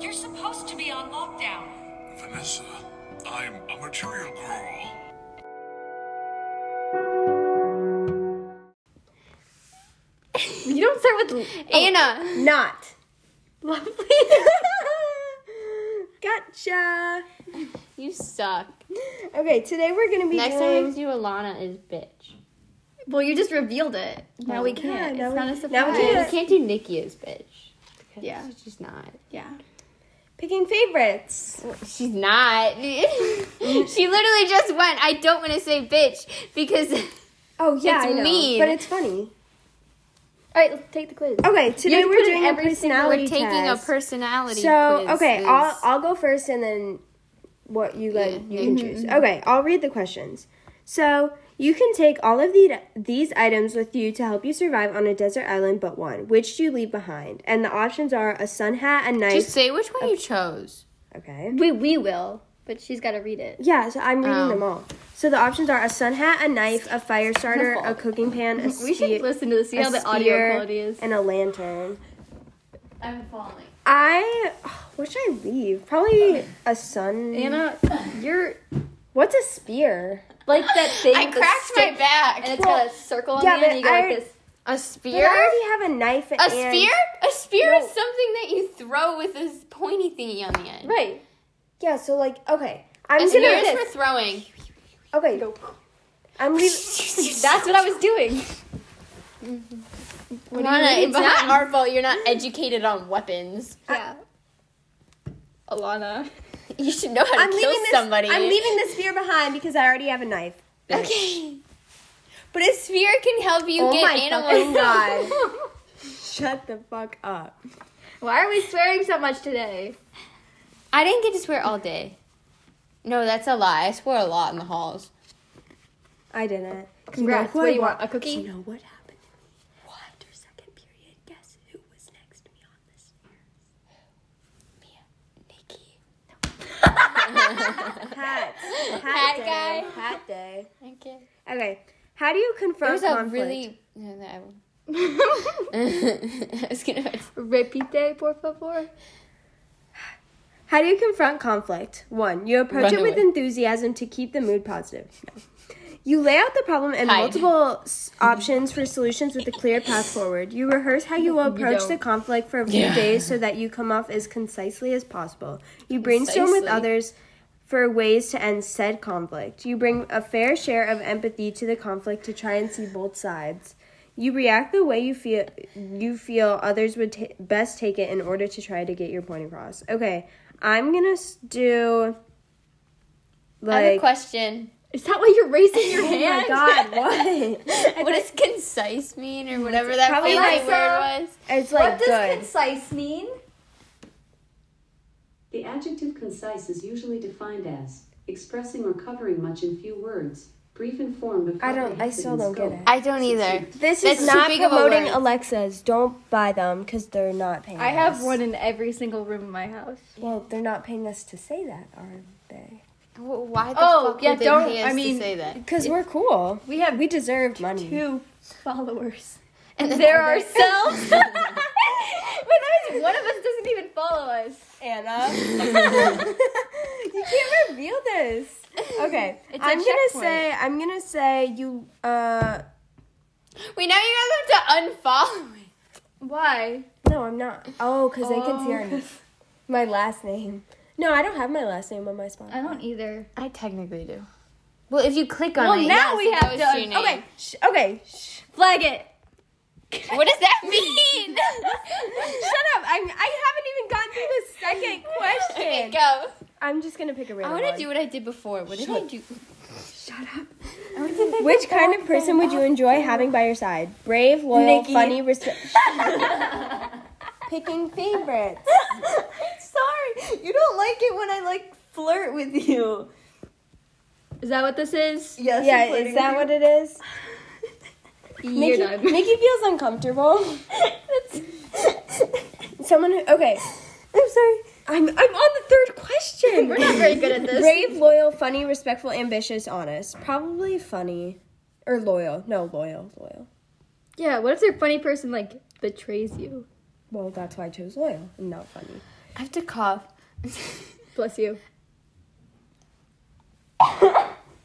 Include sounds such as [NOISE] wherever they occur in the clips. seems to be on lockdown. Vanessa, I'm a material girl. You don't start with Oh. Anna. not. [LAUGHS] gotcha. You suck. Okay, today we're gonna be Next time doing. we do Alana is bitch. Well, you just revealed it. Now we can't. now it's we- not a surprise. now we We Yeah. can't do Nikki is bitch. because Yeah. She's not. Yeah. picking favorites. She's [LAUGHS] not. she literally just went, I don't want to say bitch because Oh yeah, It's I know, mean. but it's funny. All right, let's take the quiz. Okay, today have to we're put in doing a every single- personality We're taking test. a personality So quiz, okay, is- I'll I'll go first, and then what you guys Yeah, you can choose. Okay, I'll read the questions. So you can take all of the, these items with you to help you survive on a desert island, but one. Which do you leave behind? And the options are a sun hat, a knife. just say which one you chose. okay. We we will, but she's got to read it. Yeah, so I'm reading Oh. Um, them all. So the options are a sun hat, a knife, a fire starter, a fault. cooking [LAUGHS] pan, a We should spe- listen to this. See a how the spear, audio quality is. and a lantern. I'm falling. I [SIGHS] what should I leave? Probably a sun. [LAUGHS] Anna, you're What's a spear? like that thing. I with the cracked stick, my back. and it's got a circle on yeah, the end. but And you go I- like this. A But I spear? already have a knife A and spear? A spear is No. something that you throw with this pointy thingy on the end. Right. Yeah, so like okay, I'm A gonna spear is for this. throwing. okay. Go. I'm leaving. That's what I was doing. What Lana, it's not our fault you're not educated on weapons. [LAUGHS] Yeah. Alana. You should know how to I'm kill leaving this. somebody. I'm leaving the spear behind because I already have a knife. Okay. But a spear can help you oh get my fucking animals. [LAUGHS] god! Shut the fuck up. Why are we swearing so much today? I didn't get to swear all day. No, that's a lie. I swore a lot in the halls. I didn't. Congrats. who what I do you want? want- A cookie? You know what happened to me? What? After second period, guess who was next to me on the stairs? Nikki. Hat. Hat, Hat day. guy. Hat day. Okay. [LAUGHS] Okay. How do you confront There was a conflict? really. No, no, I won't. [LAUGHS] I was gonna. Repite, por favor. How do you confront conflict? One, you approach Run it with away. enthusiasm to keep the mood positive. No. You lay out the problem and Hide. multiple s- options for solutions with a clear path forward. You rehearse how you will approach the don't. conflict for a few Yeah. days so that you come off as concisely as possible. You brainstorm with Concisely. others for ways to end said conflict. You bring a fair share of empathy to the conflict to try and see both sides. You react the way you feel you feel others would ta best take it in order to try to get your point across. Okay, I'm gonna s- do I have a like question. Is that why you're [LAUGHS] raising your oh my hand? god, what? What does concise mean, or whatever that Probably like, fancy word was? it's like what does good. concise mean? The adjective concise is usually defined as expressing or covering much in few words, brief in form but I don't- I still don't get it. I don't either. this That's is too not big of a promoting word. Alexas. Don't buy them because they're not paying. I have us. one in every single room in my house. Well, they're not paying us to say that, are they? Wh- Why the Oh, fuck yeah, would they don't- pay I us mean- to say that? Because we're cool. We have We deserve money. two followers. And then They're ourselves. Wait, [LAUGHS] that means one of us doesn't even follow us. Anna. [LAUGHS] you can't reveal this. Okay, It's a I'm gonna checkpoint. say I'm gonna say you. Uh, We now you guys have to unfollow. it. Why? no, I'm not. Oh, because they can hear me. [LAUGHS] My last name. No, I don't have my last name on my spot. I don't either. I technically do. Well, if you click on Well, it, now yes, we it have goes done- your name. Okay. Sh- okay. Sh- Flag it. What does [LAUGHS] that mean? shut up. I'm. I haven't even gone through the second [LAUGHS] question. okay, go. I'm just gonna pick a I random want one. to do what I did before. What did I do? Which kind of person would you enjoy having by your side? Brave, loyal, Nikki. [LAUGHS] funny, respect. Picking favorites. [LAUGHS] Sorry, you don't like it when I like flirt with you. Is that what this is? Yes. Yeah, is that what it is? [LAUGHS] You're Nikki, done. Nikki feels [LAUGHS] uncomfortable. Someone who, okay. I'm sorry. I'm I'm on the third question. We're not very good at this. Brave, loyal, funny, respectful, ambitious, honest. Probably funny. Or loyal. No, loyal, loyal. Yeah, what if their funny person like betrays you? Well, that's why I chose loyal and not funny. I have to cough. Bless you.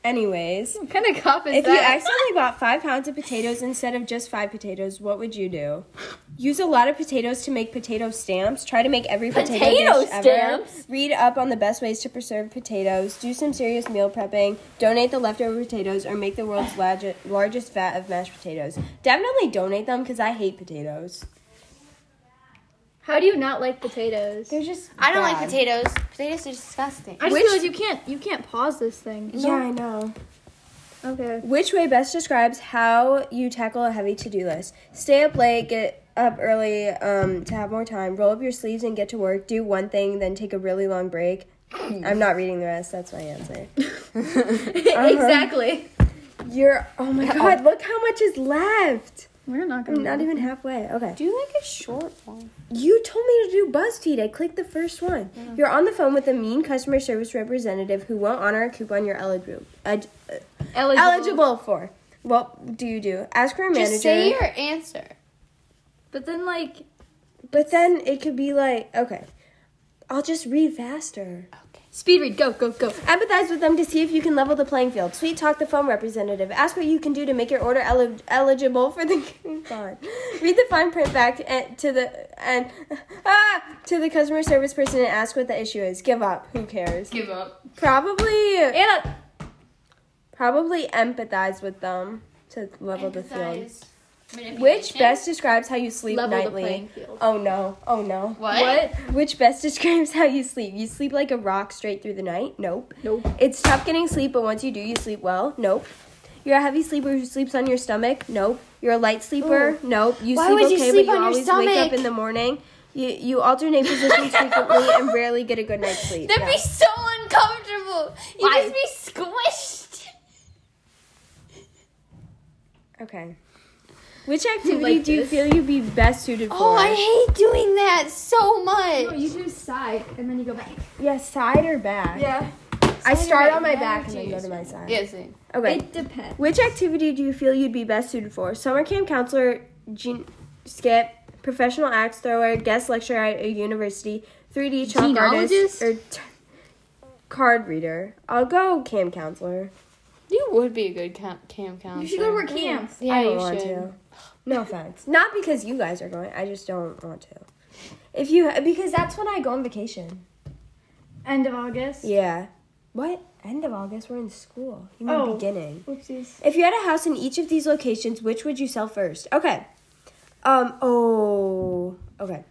Anyways, What kind of cop is if you that? accidentally bought five pounds of potatoes instead of just five potatoes, what would you do? Use a lot of potatoes to make potato stamps. Try to make every potato, Potato dish stamps? ever. Read up on the best ways to preserve potatoes. Do some serious meal prepping. Donate the leftover potatoes, or make the world's large- largest vat of mashed potatoes. Definitely donate them because I hate potatoes. How do you not like potatoes? They're just. I don't like bad. potatoes. Potatoes are disgusting. I just Which- realized you can't you can't pause this thing. Yeah, I know. Okay. Which way best describes how you tackle a heavy to do list? Stay up late, get up early um, to have more time, roll up your sleeves and get to work, do one thing, then take a really long break. I'm not reading the rest, that's my [LAUGHS] answer. exactly. Uh-huh. You're, oh my god, look how much is left! We're not gonna. I'm not even halfway. Okay. Do you like a short one? You told me to do BuzzFeed. I clicked the first one. You're on the phone with a mean customer service representative who won't honor a coupon you're eligible, ed- eligible. eligible for. What do you do? Ask for a manager. Just say your answer. But then like But then it could be like, okay, I'll just read faster. speed read. Go go go. Empathize with them to see if you can level the playing field. Sweet talk the phone representative. Ask what you can do to make your order eli- eligible for the [LAUGHS] coupon. read the fine print back and, to the and [LAUGHS] ah, to the customer service person and ask what the issue is. Give up. Who cares? Give up. Probably Anna. probably empathize with the them to level the field. Which best describes how you sleep Level the nightly? playing field. Oh no. Oh no. What? What? Which best describes how you sleep? You sleep like a rock straight through the night? Nope. Nope. It's tough getting sleep, but once you do, you sleep well? Nope. You're a heavy sleeper who sleeps on your stomach? Nope. You're a light sleeper? Nope. You Oh. Why sleep would you okay, sleep but on you your always wake up stomach? in the morning. You, you alternate positions [LAUGHS] frequently and rarely get a good night's sleep. That'd No. be so uncomfortable. You'd Why? just be squished. Okay. Which activity Like do you this. feel you'd be best suited for? Oh, I hate doing that so much. No, you do side and then you go back. Yeah, side or back? Yeah. I Side or start back, on my never back and then do go to side. my side. Yeah, same. Okay. It depends. Which activity do you feel you'd be best suited for? Summer camp counselor, gen- skip, professional axe thrower, guest lecturer at a university, 3D chalk artist, Genealogist? or t- card reader. I'll go camp counselor. You would be a good cam, cam counselor. You should go to work camps. Yeah, I don't you want should. to. No offense. Not because you guys are going. I just don't want to. If you because that's when I go on vacation. End of August. Yeah. What? End of August. We're in school. You mean Oh. beginning. Oopsies. If you had a house in each of these locations, which would you sell first? Okay. Um, oh, okay.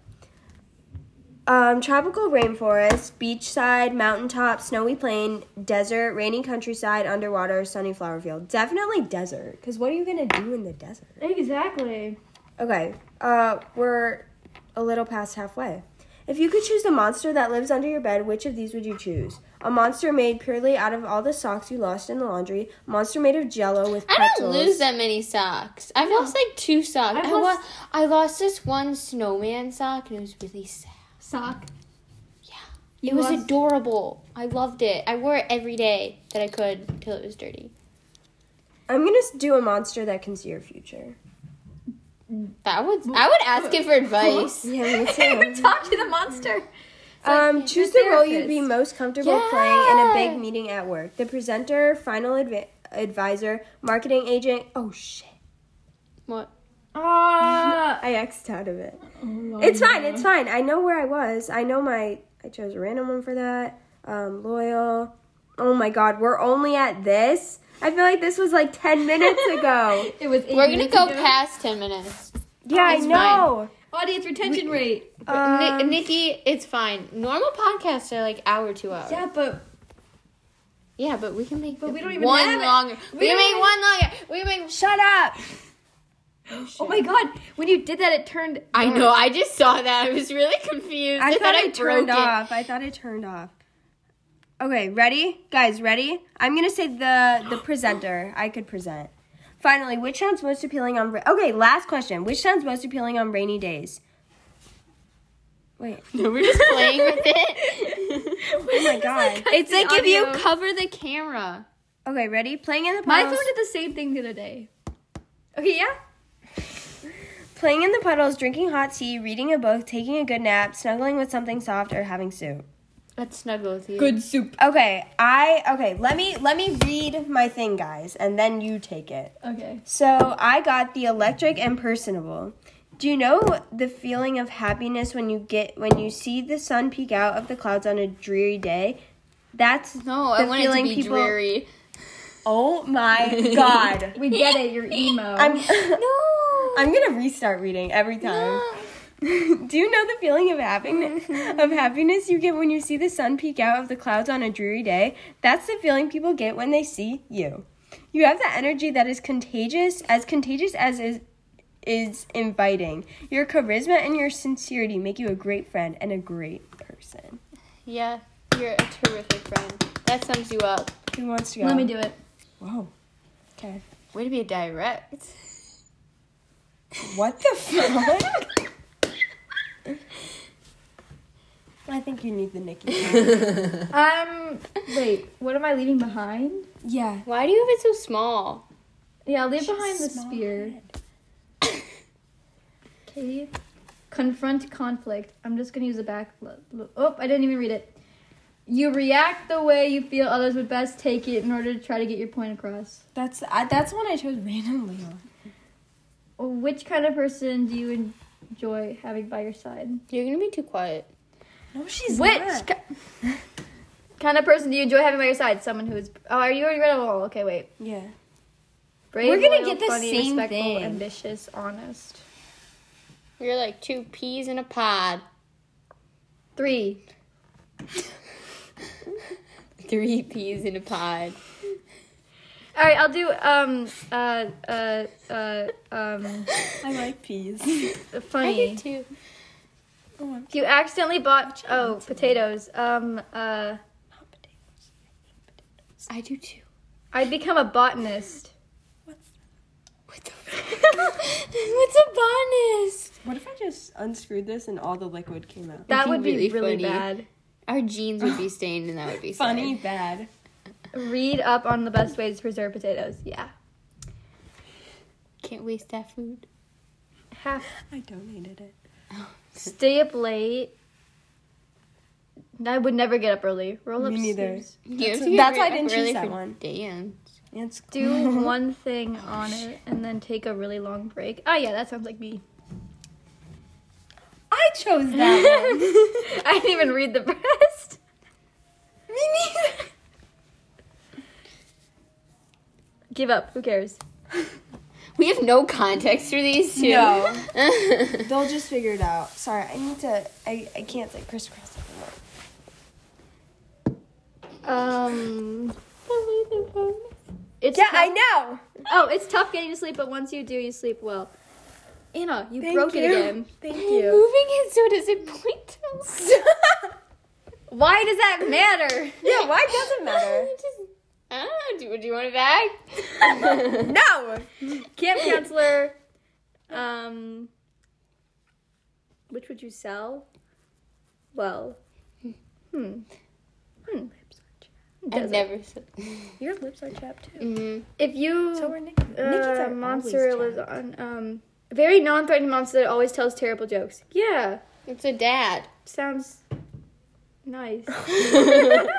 Um, tropical rainforest, beachside, mountaintop, snowy plain, desert, rainy countryside, underwater, sunny flower field. Definitely desert, because what are you going to do in the desert? Exactly. Okay, uh, we're a little past halfway. If you could choose the monster that lives under your bed, which of these would you choose? A monster made purely out of all the socks you lost in the laundry, a monster made of jello with I pretzels. don't lose that many socks. I've lost like two socks. I, I've lost- lost... I lost this one snowman sock and it was really sad. Sock. it was lost- adorable. I loved it. I wore it every day that I could till it was dirty. I'm gonna s- do a monster that can see your future. That would I would ask it for advice. Yeah, [LAUGHS] me Talk to the monster. um, choose the role you'd be therapist. most comfortable playing in a Yeah. big meeting at work. The presenter, final advi- advisor, marketing agent. Oh shit! What? [LAUGHS] Ah. Oh, I X'd out of it. It's fine. It's fine. I know where I was. I know my. I chose a random one for that. Um, loyal. Oh my god, we're only at this. I feel like this was like ten minutes [LAUGHS] ago. It was. eight We're gonna minutes go ago. past ten minutes. Yeah, It's I fine. know. audience retention rate. Ni- Um, Nikki, it's fine. Normal podcasts are like hour two hours. Yeah, Yeah, but but we can make But we don't even one have it. longer. We, We can don't make even- one longer. We can make. Shut up. oh my god, when you did that, it turned. I know. I just saw that. I was really confused. I thought I broke turned off. I thought I turned off. Okay, ready? Guys, ready? I'm gonna say the the presenter. I could present. Finally, which sounds most appealing on? Ra- okay, last question. Which sounds most appealing on rainy days? Wait. No, we're just playing with it. Oh my god. it's the like if you audio. cover the camera. Okay, ready? Playing in the My puddles. phone did the same thing the other day. Okay, yeah. Playing in the puddles, drinking hot tea, reading a book, taking a good nap, snuggling with something soft, or having soup. Let's snuggle with you. Good soup. Okay, I okay, let me let me read my thing, guys, and then you take it. Okay. So I got the electric and personable. Do you know the feeling of happiness when you get when you see the sun peek out of the clouds on a dreary day? That's No, the I want it to feeling be people- dreary. oh my god. [LAUGHS] We get it. You're emo. [LAUGHS] I'm [LAUGHS] I'm gonna restart reading every time. [LAUGHS] Do you know the feeling of happiness Mm-hmm. of happiness you get when you see the sun peek out of the clouds on a dreary day? That's the feeling people get when they see you. You have the energy that is contagious, as contagious as is is inviting. Your charisma and your sincerity make you a great friend and a great person. Yeah, you're a terrific friend. That sums you up. Who wants to go? Let me do it. Whoa. Okay. Way to be direct. What the fuck? [LAUGHS] I think you need the Nikki. Um. Wait. What am I leaving behind? Yeah. Why do you have it so small? Yeah, I'll leave behind the [COUGHS] spear. Okay. Confront conflict. I'm just gonna use the back. lo- lo- Oh, I didn't even read it. You react the way you feel others would best take it in order to try to get your point across. That's I, that's one I chose randomly. Which kind of person do you enjoy having by your side? You're gonna be too quiet. No, she's Which ki- kind of person do you enjoy having by your side? Someone who is. Oh, are you already read it all? Okay, wait. Yeah. Brave, We're gonna loyal, get the funny, same respectful, thing. ambitious, honest. You're like two peas in a pod. Three. Three [LAUGHS] peas in a pod. All right, I'll do um uh uh uh um [LAUGHS] I like peas. I do funny. too. If you accidentally bought oh potatoes, um uh I do too. I'd become a botanist. What the [LAUGHS] What's a bonus? what if I just unscrewed this and all the liquid came out? That be would be really funny. really, bad. Our jeans would be stained and that would be sad. Funny bad. Read up on the best ways to preserve potatoes. Yeah, Can't waste that food. half. I donated it. Stay up late. I would never get up early. Roll Me up. neither. You have That's- to get that's why I up didn't choose early that for one. Dance. It's [LAUGHS] Do one thing on it and then take a really long break. Ah, yeah, that sounds [LAUGHS] like me. I chose that. one. [LAUGHS] I didn't even read the rest. Me neither. Give up. Who cares? We have no context for these two. [LAUGHS] No. They'll just figure it out. Sorry, I need to. I, I can't like crisscross anymore. um. It's Yeah, tough- I know. Oh, it's tough getting to sleep, but once you do, you sleep well. Anna, you Thank broke you. it again. Thank I'm you. moving it so does it point to Why does that matter? yeah, why does it matter? Just- Ah, do, do you want it back? No. Camp counselor. Um, which would you sell? Well, hmm. Hmm. Lips are chapped. I've Does it- never said. Your lips are chapped too. Mhm. If you So we're Nikki. Nikki's uh, are monster always lives on um very non-threatening monster that always tells terrible jokes. Yeah, It's a dad. sounds [LAUGHS] nice. I-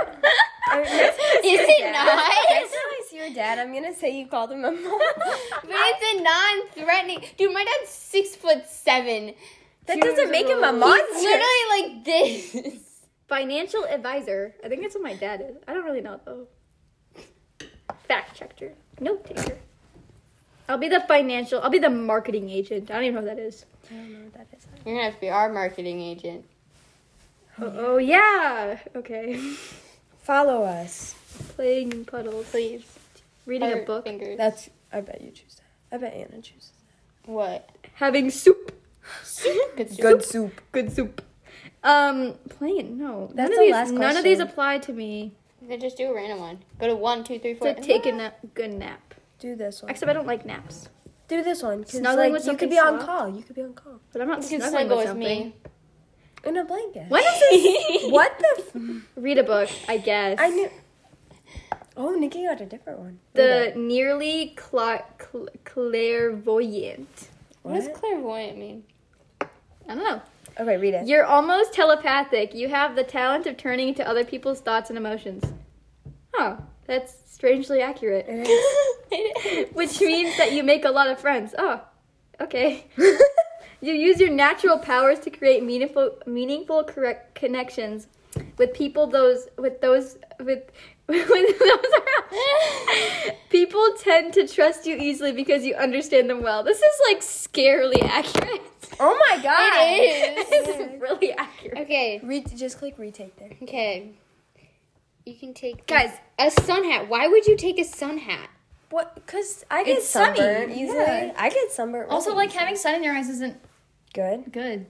next time I see [LAUGHS] Is your it [LAUGHS] dad- Next nice? time I see your dad, I'm gonna say you called him a mom. But it's a non-threatening. Dude, my dad's six foot [LAUGHS] seven. That doesn't make him a He's monster. literally like this. Financial advisor. I think that's what my dad is. I don't really know though. Fact checker. Note taker. I'll be the financial. I'll be the marketing agent. I don't even know what that is. I don't know what that is. You're gonna have to be our marketing agent. Oh, oh yeah. [LAUGHS] Okay. [LAUGHS] Follow us. Playing in puddles. Please. Reading Our a book. Fingers. That's. I bet you choose that. I bet Anna chooses. what? Having soup. Good. soup. [LAUGHS] Good soup. Um, playing. No. That's none of the these. last none of these question. apply to me. Then just do a random one. Go to one, two, three, four. To take a nap. Good nap. Do this one. Except I don't like naps. Do this one. 'cause, Snuggling like, with you could something be on soft? call. You could be on call. But I'm not You can snuggling snuggle with with something. me. In a blanket. What is [LAUGHS] this? What the? F- Read a book, I guess. I knew. Oh, Nikki got a different one. The nearly cla- cl- clairvoyant. What does What? clairvoyant mean? I don't know. Okay, read it. You're almost telepathic. You have the talent of turning into other people's thoughts and emotions. Huh. That's strangely accurate. [LAUGHS] Which means that you make a lot of friends. Oh, okay. you use your natural powers to create meaningful, meaningful correct connections with people. Those with those with. [LAUGHS] with those people tend to trust you easily because you understand them well. This is like scarily accurate. oh my god. It [LAUGHS] is. It's really accurate. okay, Re- just click retake there. okay. You can take Guys. a sun hat. Why would you take a sun hat? What? Cause I get It's sunny, sunburned easily. yeah. I get sunburned. Also, really like having sun in your eyes isn't good. good.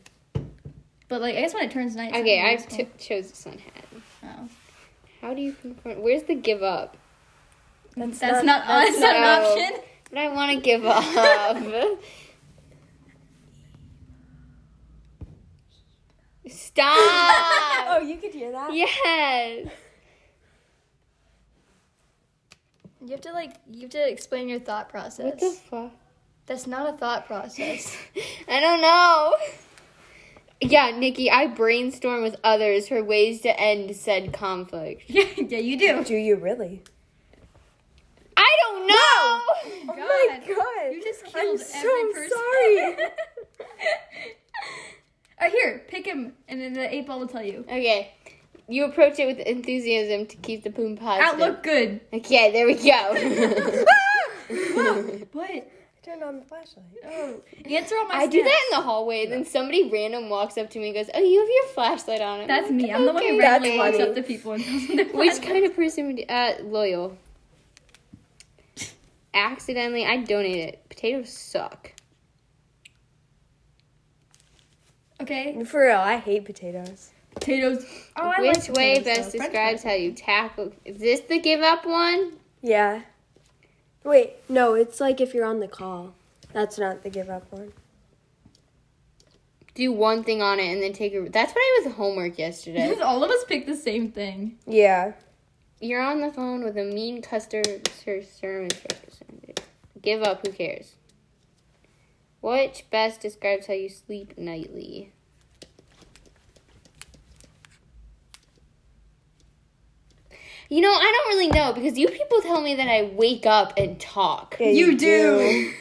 But like, I guess when it turns night. Okay, I it's t- chose a sun hat. Oh. How do you confront? Where's the give up? That's, not. That's not an no. option. But I want to give up. [LAUGHS] Stop. Oh, you could hear that. yes. You have to like you have to explain your thought process. What the fuck? That's not a thought process. [LAUGHS] I don't know. Yeah, Nikki, I brainstorm with others for ways to end said conflict. [LAUGHS] Yeah, yeah, you do. [LAUGHS] Do you really? I don't know. God. Oh god. You just I'm killed so every person. sorry. Alright, Oh, here, pick him, and then the eight ball will tell you. Okay, you approach it with enthusiasm to keep the boom positive. Outlook good. Okay, there we [LAUGHS] go. What? Turn on the flashlight. Answer all my. I do snaps. that in the hallway, and then somebody random walks up to me and goes, "Oh, you have your flashlight on." I'm That's like, me. I'm the one who "Okay." That's randomly walks funny. up to people and tells them they're [LAUGHS] Which fat. kind of person would uh loyal? Accidentally, I donate it. Potatoes suck. Okay. For real, I hate potatoes. Potatoes. Oh, I Which like way potatoes, though. best French describes how you tackle? Is this the give up one? Yeah. Wait, no, it's like if you're on the call. That's not the give up one. Do one thing on it and then take it. That's what I was homework yesterday. Because all of us picked the same thing. Yeah. You're on the phone with a mean customer service representative. Give up. Who cares? Which best describes how you sleep nightly? You know, I don't really know because you people tell me that I wake up and talk. Yeah, You do.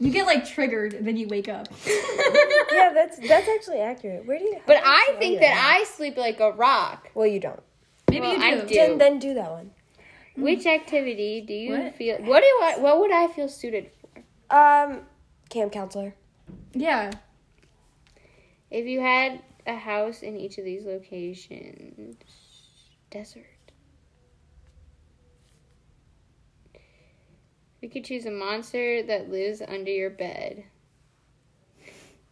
You get like triggered, and then you wake up. yeah, that's that's actually accurate. Where do you? [LAUGHS] But I Oh, think that I sleep like a rock. Well, you don't. Maybe Well, you do. I do. Then then do that one. Which activity do you What? feel? What do I? What would I feel suited for? Um, camp counselor. Yeah. If you had a house in each of these locations, desert. You could choose a monster that lives under your bed.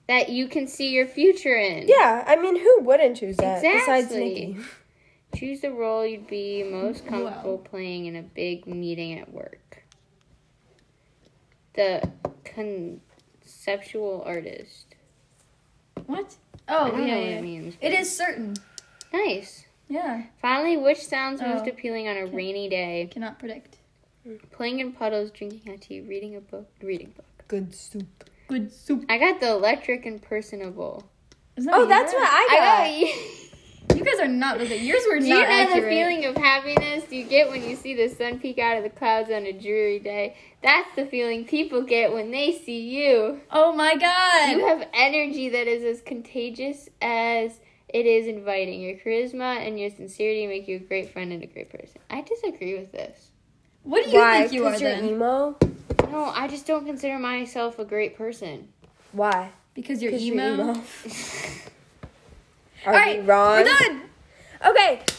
That you can see your future in. Yeah, I mean, who wouldn't choose that besides Exactly. Nikki? Choose the role you'd be most comfortable Wow. playing in a big meeting at work. The conceptual artist. What? I Oh, don't yeah, know what yeah. it means. It is certain. Nice. Yeah. Finally, which sounds most Oh. appealing on a rainy day? Cannot predict. Playing in puddles, drinking hot tea, reading a book, reading book. Good soup. Good soup. I got the electric and personable. Isn't that Oh, that's you what I I got. got. [LAUGHS] You guys are not with it. Yours were Do you know not accurate. the feeling of happiness you get when you see the sun peek out of the clouds on a dreary day? That's the feeling people get when they see you. Oh my You god. have energy that is as contagious as it is inviting. Your charisma and your sincerity make you a great friend and a great person. I disagree with this. What do you Why? think you are Because you're then? emo. No, I just don't consider myself a great person. [LAUGHS] Why? because you're 'Cause emo. You're emo. Are All right, we wrong? We're done. Okay,